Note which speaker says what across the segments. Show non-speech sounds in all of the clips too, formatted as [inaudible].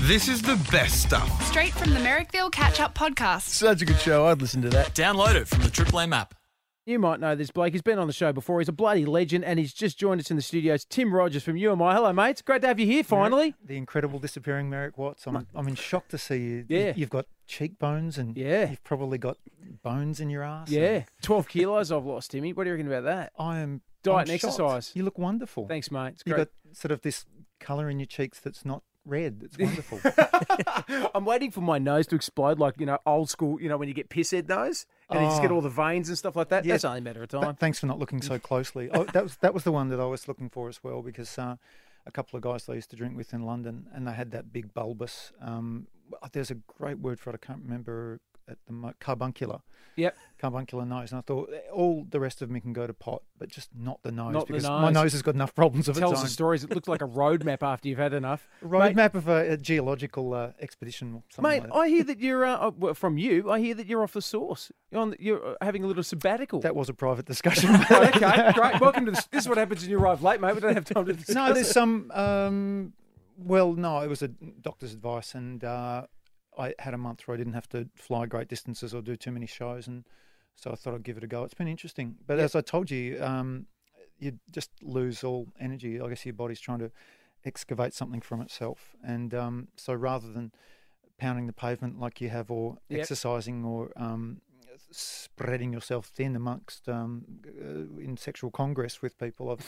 Speaker 1: This is the best stuff.
Speaker 2: Straight from the Merrickville Catch Up Podcast.
Speaker 3: Such a good show. I'd listen to that.
Speaker 4: Download it from the Triple M app.
Speaker 3: You might know this bloke. He's been on the show before. He's a bloody legend, and he's just joined us in the studios. Tim Rogers from UMI. Hello, mates. Great to have you here finally. Mm.
Speaker 5: The incredible disappearing Merrick Watts. I'm, I'm in shock to see you. You-
Speaker 3: Yeah.
Speaker 5: You've got cheekbones and
Speaker 3: Yeah.
Speaker 5: you've probably got bones in your ass.
Speaker 3: Yeah, twelve kilos I've lost, Timmy. What do you reckon about that?
Speaker 5: I am.
Speaker 3: Diet
Speaker 5: I'm
Speaker 3: and
Speaker 5: shocked.
Speaker 3: exercise.
Speaker 5: You look wonderful.
Speaker 3: Thanks, mate. It's
Speaker 5: You've
Speaker 3: great.
Speaker 5: got sort of this colour in your cheeks that's not
Speaker 3: [laughs]
Speaker 5: red. It's wonderful.
Speaker 3: [laughs] I'm waiting for my nose to explode, like you know, old school. You know, when you get pisshead nose, and you just get
Speaker 5: Oh.
Speaker 3: all the veins and stuff like that.
Speaker 5: Yeah.
Speaker 3: That's only a [laughs] matter of
Speaker 5: Th-
Speaker 3: time.
Speaker 5: thanks for not looking so closely. Oh, that was that was the one that I was looking for as well because uh, a couple of guys that I used to drink with in London and they had that big bulbous. Um, oh, there's a great word for it. I can't remember at the mo- carbuncular.
Speaker 3: Yep.
Speaker 5: Carbuncular nose, and I thought eh, all the rest of me can go to pot, but just not the nose
Speaker 3: Not the
Speaker 5: because my
Speaker 3: nose.
Speaker 5: nose has got enough problems of
Speaker 3: Tells the
Speaker 5: its own.
Speaker 3: stories. It looks like a roadmap after you've had enough. Mate-
Speaker 5: Roadmap of a, a geological uh, expedition. or Something
Speaker 3: [laughs] Mate,
Speaker 5: like that.
Speaker 3: I [laughs] hear that you're uh, uh, well, from you. I hear that you're off the source. You're, on, you're uh, having a little sabbatical.
Speaker 5: that was a private discussion.
Speaker 3: [laughs] Right, okay, great. Welcome to this. This is what happens when you arrive late, mate. We don't have time to [laughs] discuss.
Speaker 5: [laughs] No, there's some. Um, well, no, it was a doctor's advice, and uh, I had a month where I didn't have to fly great distances or do too many shows, and so I thought I'd give it a go. It's been interesting, but as I told you, um, you just lose all energy. I guess your body's trying to excavate something from itself, and um, so rather than pounding the pavement like you have, or
Speaker 3: Yep.
Speaker 5: exercising, or um, spreading yourself thin amongst um, uh, in sexual congress with people. I've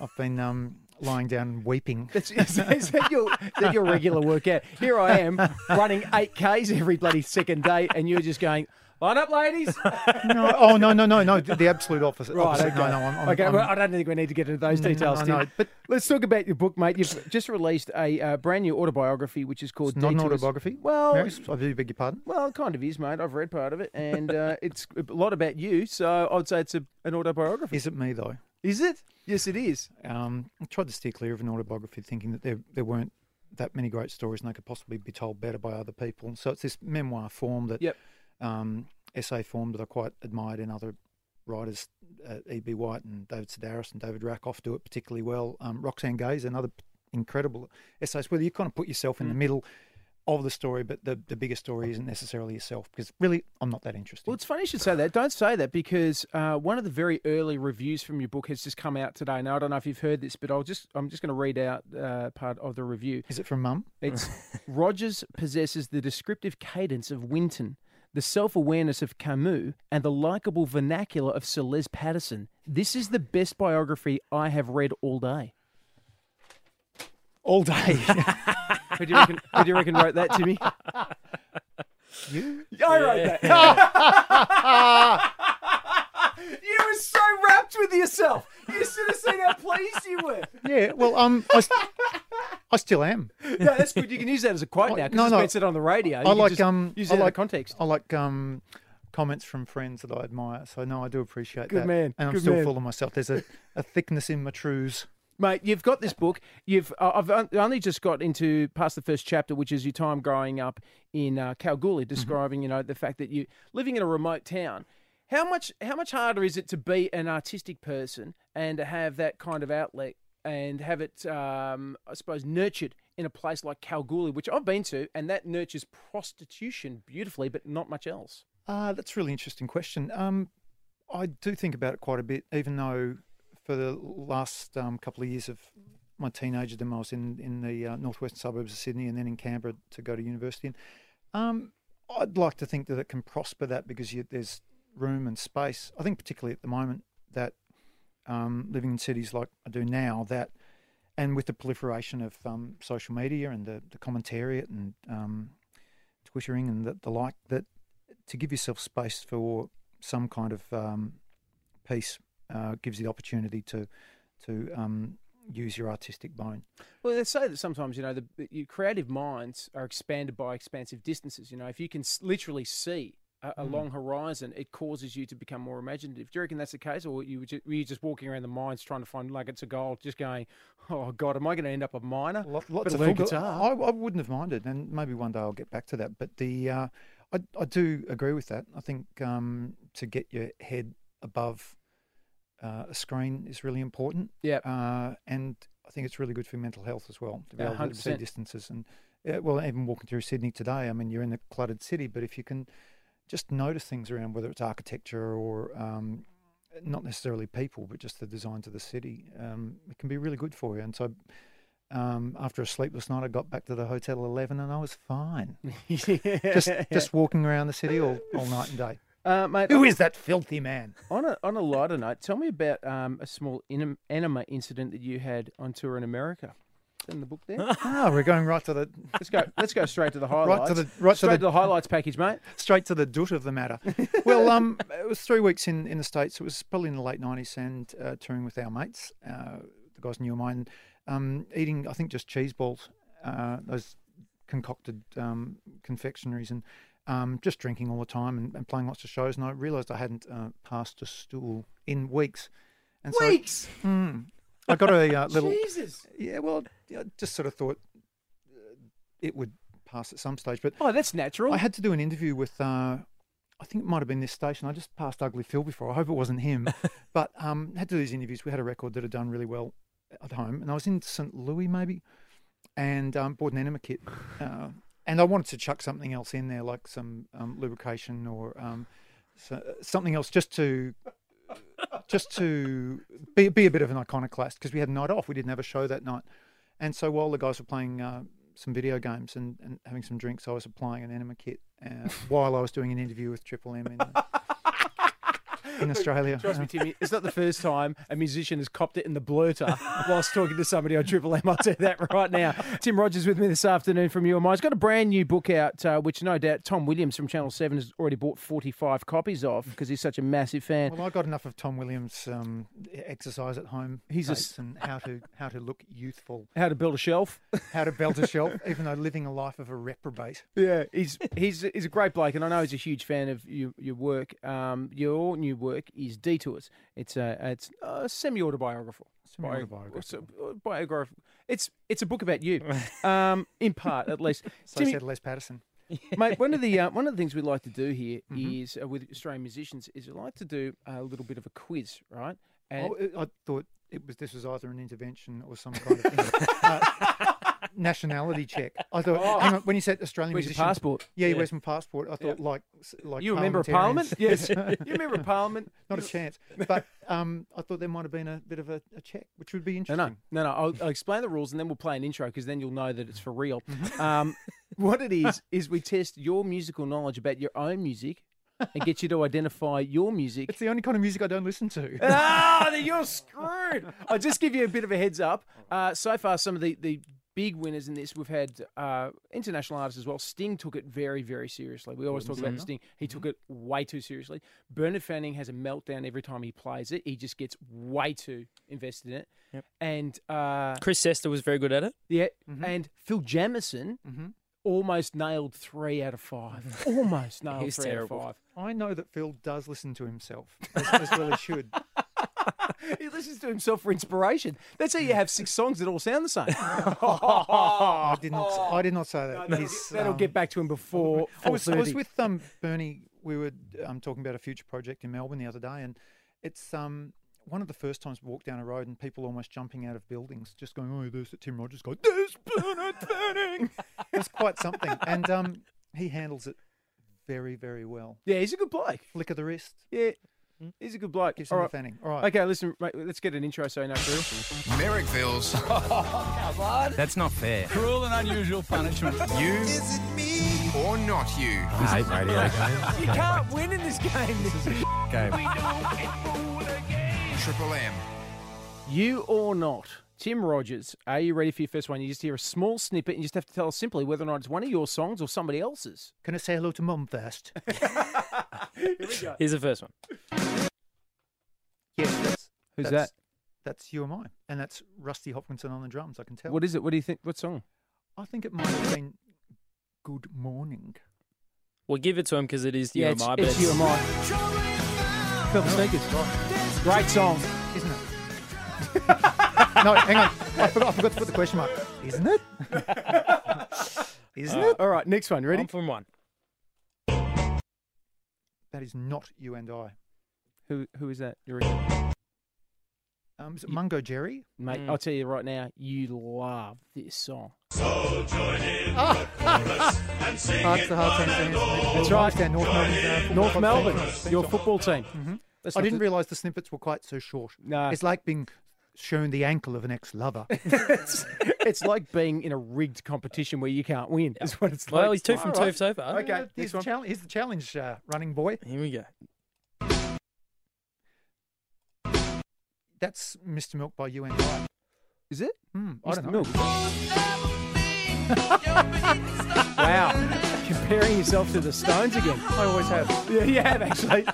Speaker 5: I've been um, lying down and weeping.
Speaker 3: [laughs] That's, is, is that, your, is that your regular workout? Here I am running 8Ks every bloody second day, and you're just going, line up,
Speaker 5: [laughs]
Speaker 3: ladies. right,
Speaker 5: No, oh no, no, no, no! The the absolute opposite.
Speaker 3: okay.
Speaker 5: opposite. No, no, I'm, I'm,
Speaker 3: okay,
Speaker 5: I'm-
Speaker 3: well, I don't think we need to get into those
Speaker 5: No,
Speaker 3: details,
Speaker 5: no,
Speaker 3: Tim.
Speaker 5: no, but-
Speaker 3: Let's talk about your book, mate. You've just released a uh, brand new autobiography, which is called
Speaker 5: it's not an
Speaker 3: Detours-
Speaker 5: autobiography.
Speaker 3: Well,
Speaker 5: Mary, I do beg your pardon.
Speaker 3: Well, it kind of is, mate. I've read part of it, and uh, it's a lot about you. So I'd say it's a, an autobiography.
Speaker 5: Is it me though?
Speaker 3: Is it? Yes, it is.
Speaker 5: Um, I tried to steer clear of an autobiography, thinking that there there weren't that many great stories, and they could possibly be told better by other people. So it's this memoir form that,
Speaker 3: Yep.
Speaker 5: um, essay form that I quite admired in other writers. Uh, E.B. White and David Sedaris and David Rakoff do it particularly well. Um, Roxanne Gay's another p- incredible essays. Whether you kind of put yourself in
Speaker 3: Mm.
Speaker 5: the middle of the story, but the the bigger story isn't necessarily yourself because really I'm not that interested.
Speaker 3: Well, it's funny you should say that. Don't say that because uh, one of the very early reviews from your book has just come out today. Now I don't know if you've heard this, but I'll just I'm just going to read out uh, part of the review.
Speaker 5: Is it from Mum?
Speaker 3: [laughs] It's Rogers possesses the descriptive cadence of Winton, the self awareness of Camus, and the likable vernacular of Sir Les Patterson. This is the best biography I have read all day.
Speaker 5: All day.
Speaker 3: [laughs] Who do you reckon, who do you reckon wrote that to me?
Speaker 5: you?
Speaker 3: [laughs] I wrote that. [laughs] you were so wrapped with yourself. You should have seen how pleased you were.
Speaker 5: Yeah. Well, um, I, st- [laughs] I still am.
Speaker 3: No, that's good. You can use that as a quote
Speaker 5: Oh,
Speaker 3: now because
Speaker 5: no,
Speaker 3: it's
Speaker 5: no.
Speaker 3: been said on the radio. You
Speaker 5: I
Speaker 3: can
Speaker 5: like
Speaker 3: just
Speaker 5: um.
Speaker 3: use
Speaker 5: I
Speaker 3: it out of
Speaker 5: like
Speaker 3: context.
Speaker 5: I like um, comments from friends that I admire. So no, I do appreciate
Speaker 3: Good
Speaker 5: that.
Speaker 3: man,
Speaker 5: And I'm
Speaker 3: good
Speaker 5: still
Speaker 3: man.
Speaker 5: full of myself. There's a, a thickness in my trues.
Speaker 3: Mate, you've got this book. You've uh, I've on- only just got into past the first chapter, which is your time growing up in uh, Kalgoorlie,
Speaker 5: Mm-hmm.
Speaker 3: describing you know the fact that you living in a remote town. How much how much harder is it to be an artistic person and to have that kind of outlet and have it, um, I suppose, nurtured in a place like Kalgoorlie, which I've been to, and that nurtures prostitution beautifully, but not much else.
Speaker 5: Uh, that's a really interesting question. Um, I do think about it quite a bit, even though for the last um, couple of years of my teenagerdom, I was in in the uh, northwestern suburbs of Sydney and then in Canberra to go to university. And um, I'd like to think that it can prosper that because you, there's room and space. I think particularly at the moment that um, living in cities like I do now, that and with the proliferation of um, social media and the, the commentariat and um, twittering and the, the like, that to give yourself space for some kind of um, piece uh, gives the opportunity to to um, use your artistic bone.
Speaker 3: Well, they say that sometimes you know the that your creative minds are expanded by expansive distances. You know, if you can s- literally see a,
Speaker 5: Mm.
Speaker 3: a long horizon, it causes you to become more imaginative. Do you reckon that's the case, or you were, ju- were you just walking around the mines trying to find nuggets of gold, just going, "Oh God, am I going to end up a miner?" [laughs]
Speaker 5: Lot, lots
Speaker 3: Better
Speaker 5: of
Speaker 3: learn
Speaker 5: full-
Speaker 3: guitar.
Speaker 5: I, I wouldn't have minded, and maybe one day I'll get back to that. But the uh, I, I do agree with that. I think um, to get your head above uh, a screen is really important.
Speaker 3: Yep.
Speaker 5: uh, and I think it's really good for mental health as well to be
Speaker 3: Yeah,
Speaker 5: able to see
Speaker 3: 100%.
Speaker 5: distances and uh, well, even walking through Sydney today, I mean, you're in a cluttered city, but if you can just notice things around, whether it's architecture or um, not necessarily people, but just the designs of the city, um, it can be really good for you. And so, um, after a sleepless night, I got back to the hotel at eleven, and I was fine. [laughs] Just just walking around the city all, all night and day.
Speaker 3: uh, mate,
Speaker 5: Who is that filthy man?
Speaker 3: on a on a lighter note, tell me about um, a small anim- anima incident that you had on tour in America. It's in the book
Speaker 5: [laughs]
Speaker 3: there.
Speaker 5: Ah, we're going right to the
Speaker 3: let's go. Let's go straight to the
Speaker 5: Right
Speaker 3: highlights.
Speaker 5: to the- right to
Speaker 3: straight to the,
Speaker 5: the-
Speaker 3: highlights package, mate.
Speaker 5: straight to the doot of the matter. well, um, it was three weeks in, in the States. It was probably in the late 90s and uh, touring with our mates, uh, the guys in your mind, um, eating, I think, just cheese balls, uh, those concocted um, confectionaries, and um, just drinking all the time and, and playing lots of shows. And I realised I hadn't uh, passed a stool in weeks. And so
Speaker 4: Weeks.
Speaker 5: I got a uh, little.
Speaker 4: Jesus.
Speaker 5: Yeah, well, I just sort of thought uh, it would pass at some stage. But
Speaker 3: Oh, that's natural.
Speaker 5: I had to do an interview with, uh, I think it might have been this station. I just passed Ugly Phil before. I hope it wasn't him. but um, had to do these interviews. We had a record that had done really well at home, and I was in St. Louis maybe, and um, bought an enema kit, uh, and I wanted to chuck something else in there, like some um, lubrication or um, so, something else, just to. Just to be, be a bit of an iconoclast because we had a night off. We didn't have a show that night. And so while the guys were playing uh, some video games and, and having some drinks, I was applying an enema kit
Speaker 3: [laughs]
Speaker 5: uh, while I was doing an interview with Triple M in, uh, in Australia.
Speaker 3: Trust me, Timmy. It's not the first time a musician has copped it in the blurter whilst talking to somebody on Triple M. I'll tell you that right now. Tim Rogers with me this afternoon from UMI. He's got a brand new book out, uh, which no doubt Tom Williams from Channel 7 has already bought 45 copies of because he's such a massive fan.
Speaker 5: [laughs] Well, I got enough of Tom Williams' um, exercise at home.
Speaker 3: He's a
Speaker 5: tapes and how to how to look youthful,
Speaker 3: How to build a shelf.
Speaker 5: how to belt a shelf, [laughs] even though living a life of a reprobate.
Speaker 3: Yeah, he's he's he's a great bloke, and I know he's a huge fan of your, your work. Um, your new work is Detours. It's a it's a semi autobiographical.
Speaker 5: Semi-autobiographical.
Speaker 3: uh, Biograph. It's it's a book about you, um, in part at least.
Speaker 5: [laughs] So
Speaker 3: Timmy,
Speaker 5: said Les Patterson.
Speaker 3: mate, one of the uh, one of the things we like to do
Speaker 5: [laughs]
Speaker 3: here is
Speaker 5: Mm-hmm.
Speaker 3: uh, with Australian musicians is we like to do a little bit of a quiz, right? And
Speaker 5: Oh, I I thought it was this was either an intervention or some kind of [laughs] uh, nationality check. I thought hang on, when you said Australian
Speaker 3: Oh. where's your
Speaker 5: musicians,
Speaker 3: passport?
Speaker 5: Yeah, he wears my passport. I thought like like
Speaker 3: You a member of
Speaker 5: parliamentarians.
Speaker 3: Parliament? Yes,
Speaker 5: [laughs]
Speaker 3: you member of Parliament.
Speaker 5: Not a chance. But um, I thought there might have been a bit of a, a check, which would be
Speaker 3: No,
Speaker 5: interesting.
Speaker 3: no, no, no. I'll, I'll explain the rules and then we'll play an intro because then you'll know that it's for real. Um, what it is is we test your musical knowledge about your own music and get you to identify your music.
Speaker 5: It's the only kind of music I don't listen to.
Speaker 3: [laughs]
Speaker 5: [laughs]
Speaker 3: ah, then you're screwed. [laughs] I'll just give you a bit of a heads up. Uh, so far, some of the, the big winners in this, we've had uh, international artists as well. Sting took it very, very seriously. We always talk about Sting. He
Speaker 6: Mm-hmm.
Speaker 3: took it way too seriously. Bernard Fanning has a meltdown every time he plays it. He just gets way too invested in it. And uh,
Speaker 6: Chris Sester was very good at it. Mm-hmm.
Speaker 3: yeah, and Phil Jamison almost nailed three out of
Speaker 6: [laughs]
Speaker 3: five. almost nailed
Speaker 6: was
Speaker 3: three
Speaker 6: terrible.
Speaker 3: out of
Speaker 5: I know that Phil does listen to himself, as, as well
Speaker 3: [laughs]
Speaker 5: he should.
Speaker 3: five. He listens to himself for inspiration. That's how you have six songs that all sound [laughs] the same.
Speaker 5: I did not. s- I did not say that.
Speaker 3: That'll,
Speaker 5: He's,
Speaker 3: that'll
Speaker 5: um,
Speaker 3: get back to him before.
Speaker 5: I was, I was
Speaker 3: 4:30.
Speaker 5: with um, Bernie. We were um, talking about a future project in Melbourne the other day, and it's um, one of the first times we walked down a road and people almost jumping out of buildings, just going, "Oh, there's that Tim Rogers guy." There's
Speaker 3: [laughs]
Speaker 5: Bernard Fanning. it was quite something, and um, he handles it very, very well.
Speaker 3: Yeah, he's a good bloke.
Speaker 5: Flick of the wrist
Speaker 3: Yeah, he's a good bloke.
Speaker 5: gives
Speaker 3: All
Speaker 5: him
Speaker 3: right.
Speaker 5: a fanning. All right.
Speaker 3: Okay, listen, mate, let's get an intro so you know for real.
Speaker 1: Merrickville's
Speaker 3: Oh,
Speaker 4: That's not fair.
Speaker 1: cruel and unusual punishment. [laughs] You is it me or not you?
Speaker 4: I hate radio games.
Speaker 3: [laughs] You can't win in this game.
Speaker 4: Game.
Speaker 1: [laughs] Triple M.
Speaker 3: You or not, Tim Rogers, are you ready for your first one? You just hear a small snippet and you just have to tell us simply whether or not it's one of your songs or somebody else's.
Speaker 5: Can I say hello to Mum
Speaker 3: [laughs]
Speaker 5: first?
Speaker 6: Here's the first one.
Speaker 5: yes. That's,
Speaker 3: Who's
Speaker 5: that's, That's you and I, and that's Rusty Hopkinson on the drums. I can
Speaker 3: that?
Speaker 5: tell.
Speaker 3: What is it? What do you think? What song?
Speaker 5: I think it might have been Good Morning.
Speaker 6: We'll give it to him because it is the
Speaker 3: yeah,
Speaker 6: UMI.
Speaker 3: it's,
Speaker 6: but
Speaker 3: it's you and mine. Phil Sneakers. Great song.
Speaker 5: Isn't it? [laughs] no, hang on. I forgot, I forgot to put the question mark. Isn't it? [laughs] Isn't it?
Speaker 3: All right, next one. Ready?
Speaker 6: One from one.
Speaker 5: That is not you and I.
Speaker 3: Who Who is that? You reckon?
Speaker 5: Um, is it Mungo Jerry?
Speaker 6: Mm.
Speaker 3: Mate, I'll tell you right now, you love this song.
Speaker 5: Hearts to hearts and fans. That's
Speaker 3: right.
Speaker 5: North Melbourne's, uh, football
Speaker 3: North
Speaker 5: club
Speaker 3: Melbourne,
Speaker 5: team.
Speaker 3: your football team. Mm-hmm. That's
Speaker 5: I
Speaker 3: not [laughs]
Speaker 5: didn't
Speaker 3: the-
Speaker 5: realise the snippets were quite so short.
Speaker 3: No.
Speaker 5: It's like being shown the ankle of an
Speaker 3: [laughs]
Speaker 5: ex-lover. Uh,
Speaker 3: it's, it's like being in a rigged competition where you can't win. Is what it's like.
Speaker 6: Well, he's two from
Speaker 3: All
Speaker 6: two so far.
Speaker 3: Okay, next
Speaker 5: here's the,
Speaker 3: one.
Speaker 5: challenge, here's the challenge, uh, running boy.
Speaker 6: Here we go.
Speaker 5: That's Mr. Milk by UN. Guy.
Speaker 3: Is it?
Speaker 5: Hmm, I don't know.
Speaker 3: Mm, Milk. [laughs] wow, comparing yourself to the Stones again.
Speaker 5: I always have.
Speaker 3: [laughs] Yeah, you have actually.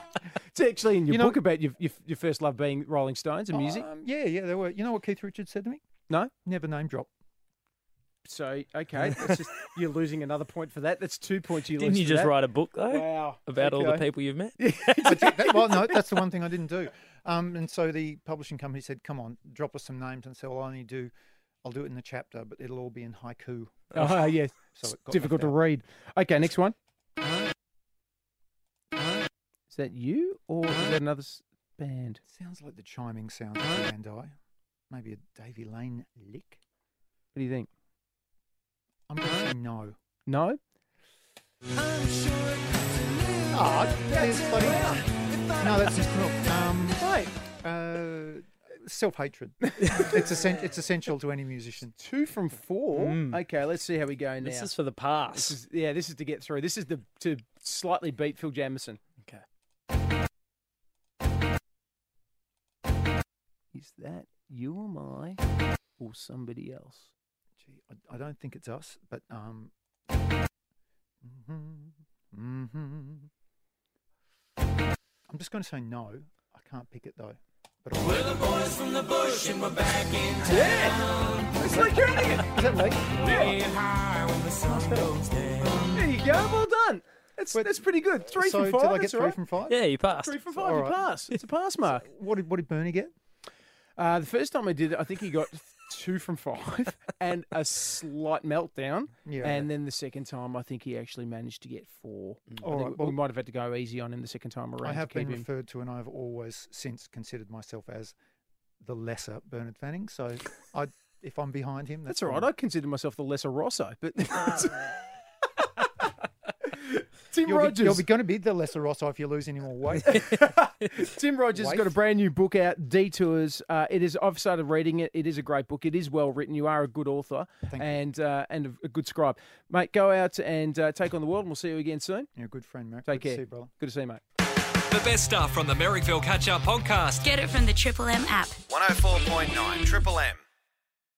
Speaker 3: It's actually in your
Speaker 5: You know-
Speaker 3: book about your, your your first love being Rolling Stones and music.
Speaker 5: Um, yeah, yeah, there were. You know what Keith Richards said to me?
Speaker 3: No,
Speaker 5: Never name drop.
Speaker 3: so [laughs] okay, that's just you're losing another point for that. That's two points you
Speaker 6: Didn't
Speaker 3: lose.
Speaker 6: you
Speaker 3: for
Speaker 6: just
Speaker 3: that.
Speaker 6: write a book though
Speaker 3: Wow.
Speaker 6: about all the
Speaker 3: Okay.
Speaker 6: people you've met?
Speaker 3: [laughs]
Speaker 5: I did that- well, no, that's the one thing I didn't do. Um, and so the publishing company said, "Come on, drop us some names." And so I'll only do, I'll do it in the chapter, but it'll all be in haiku.
Speaker 3: Oh yes,
Speaker 5: So it got
Speaker 3: difficult to
Speaker 5: left out.
Speaker 3: read. Okay, next one. Is that you or is that another s- band?
Speaker 5: Sounds like the chiming sound of the Bandai. Maybe a Davy Lane lick.
Speaker 3: What do you think?
Speaker 5: I'm going to say no.
Speaker 3: No.
Speaker 5: Ah, there's bloody. No, that's just milk. Um, Uh, Self hatred. it's, essen- it's essential to any musician.
Speaker 3: Two from four.
Speaker 6: Mm.
Speaker 3: Okay, let's see how we go now.
Speaker 6: This is for the past.
Speaker 3: This is- yeah, this is to get through. This is the to slightly beat Phil Jamison.
Speaker 6: Okay.
Speaker 3: Is that you or my or somebody else?
Speaker 5: Gee, I, I don't think it's us, but um. mhm, mhm. I'm just going to say no. I can't pick it though. But I-
Speaker 3: It's like you're it.
Speaker 5: is that Lee?
Speaker 3: There you go. Well done. That's
Speaker 5: Wait,
Speaker 3: that's pretty good. Three
Speaker 5: so
Speaker 3: from five.
Speaker 5: did I get
Speaker 3: that's
Speaker 5: three
Speaker 3: all right.
Speaker 5: from five?
Speaker 6: Yeah, you passed.
Speaker 3: Three from five.
Speaker 5: all
Speaker 3: you
Speaker 5: right.
Speaker 3: pass. It's a pass mark.
Speaker 5: What did What did Bernie get?
Speaker 3: Uh, the first time I did it, I think he got two from five [laughs] and a slight meltdown.
Speaker 5: Yeah.
Speaker 3: And then the second time, I think he actually managed to get four. I
Speaker 5: All
Speaker 3: think
Speaker 5: right,
Speaker 3: we
Speaker 5: well-
Speaker 3: might have had to go easy on him the second time around.
Speaker 5: I have
Speaker 3: to keep
Speaker 5: been
Speaker 3: him.
Speaker 5: referred to, and I've always since considered myself as the lesser Bernard Fanning.
Speaker 3: [laughs]
Speaker 5: So, I if I'm behind him, that's,
Speaker 3: That's all right.
Speaker 5: fine.
Speaker 3: I consider myself the lesser Rosso, but [laughs] Tim
Speaker 5: You'll be,
Speaker 3: Rogers.
Speaker 5: going to be the lesser Rosso if you lose any
Speaker 3: [laughs]
Speaker 5: more weight.
Speaker 3: Tim Rogers has got a
Speaker 5: Waif.
Speaker 3: brand new book out, Detours. Uh, it is. I've started reading it. It is a great book. It is well written. You are a good author
Speaker 5: Thank you.
Speaker 3: and uh, and a- a good scribe, mate. Go out and uh, take on the world, and we'll see you again soon.
Speaker 5: You're a good friend, Merrick.
Speaker 3: Take
Speaker 5: Good to
Speaker 3: care.
Speaker 5: see you, brother.
Speaker 3: Good to see you, mate.
Speaker 7: The best stuff from the Merrickville Catch Up podcast.
Speaker 8: Get it from the Triple M app.
Speaker 1: 104.9 Triple M.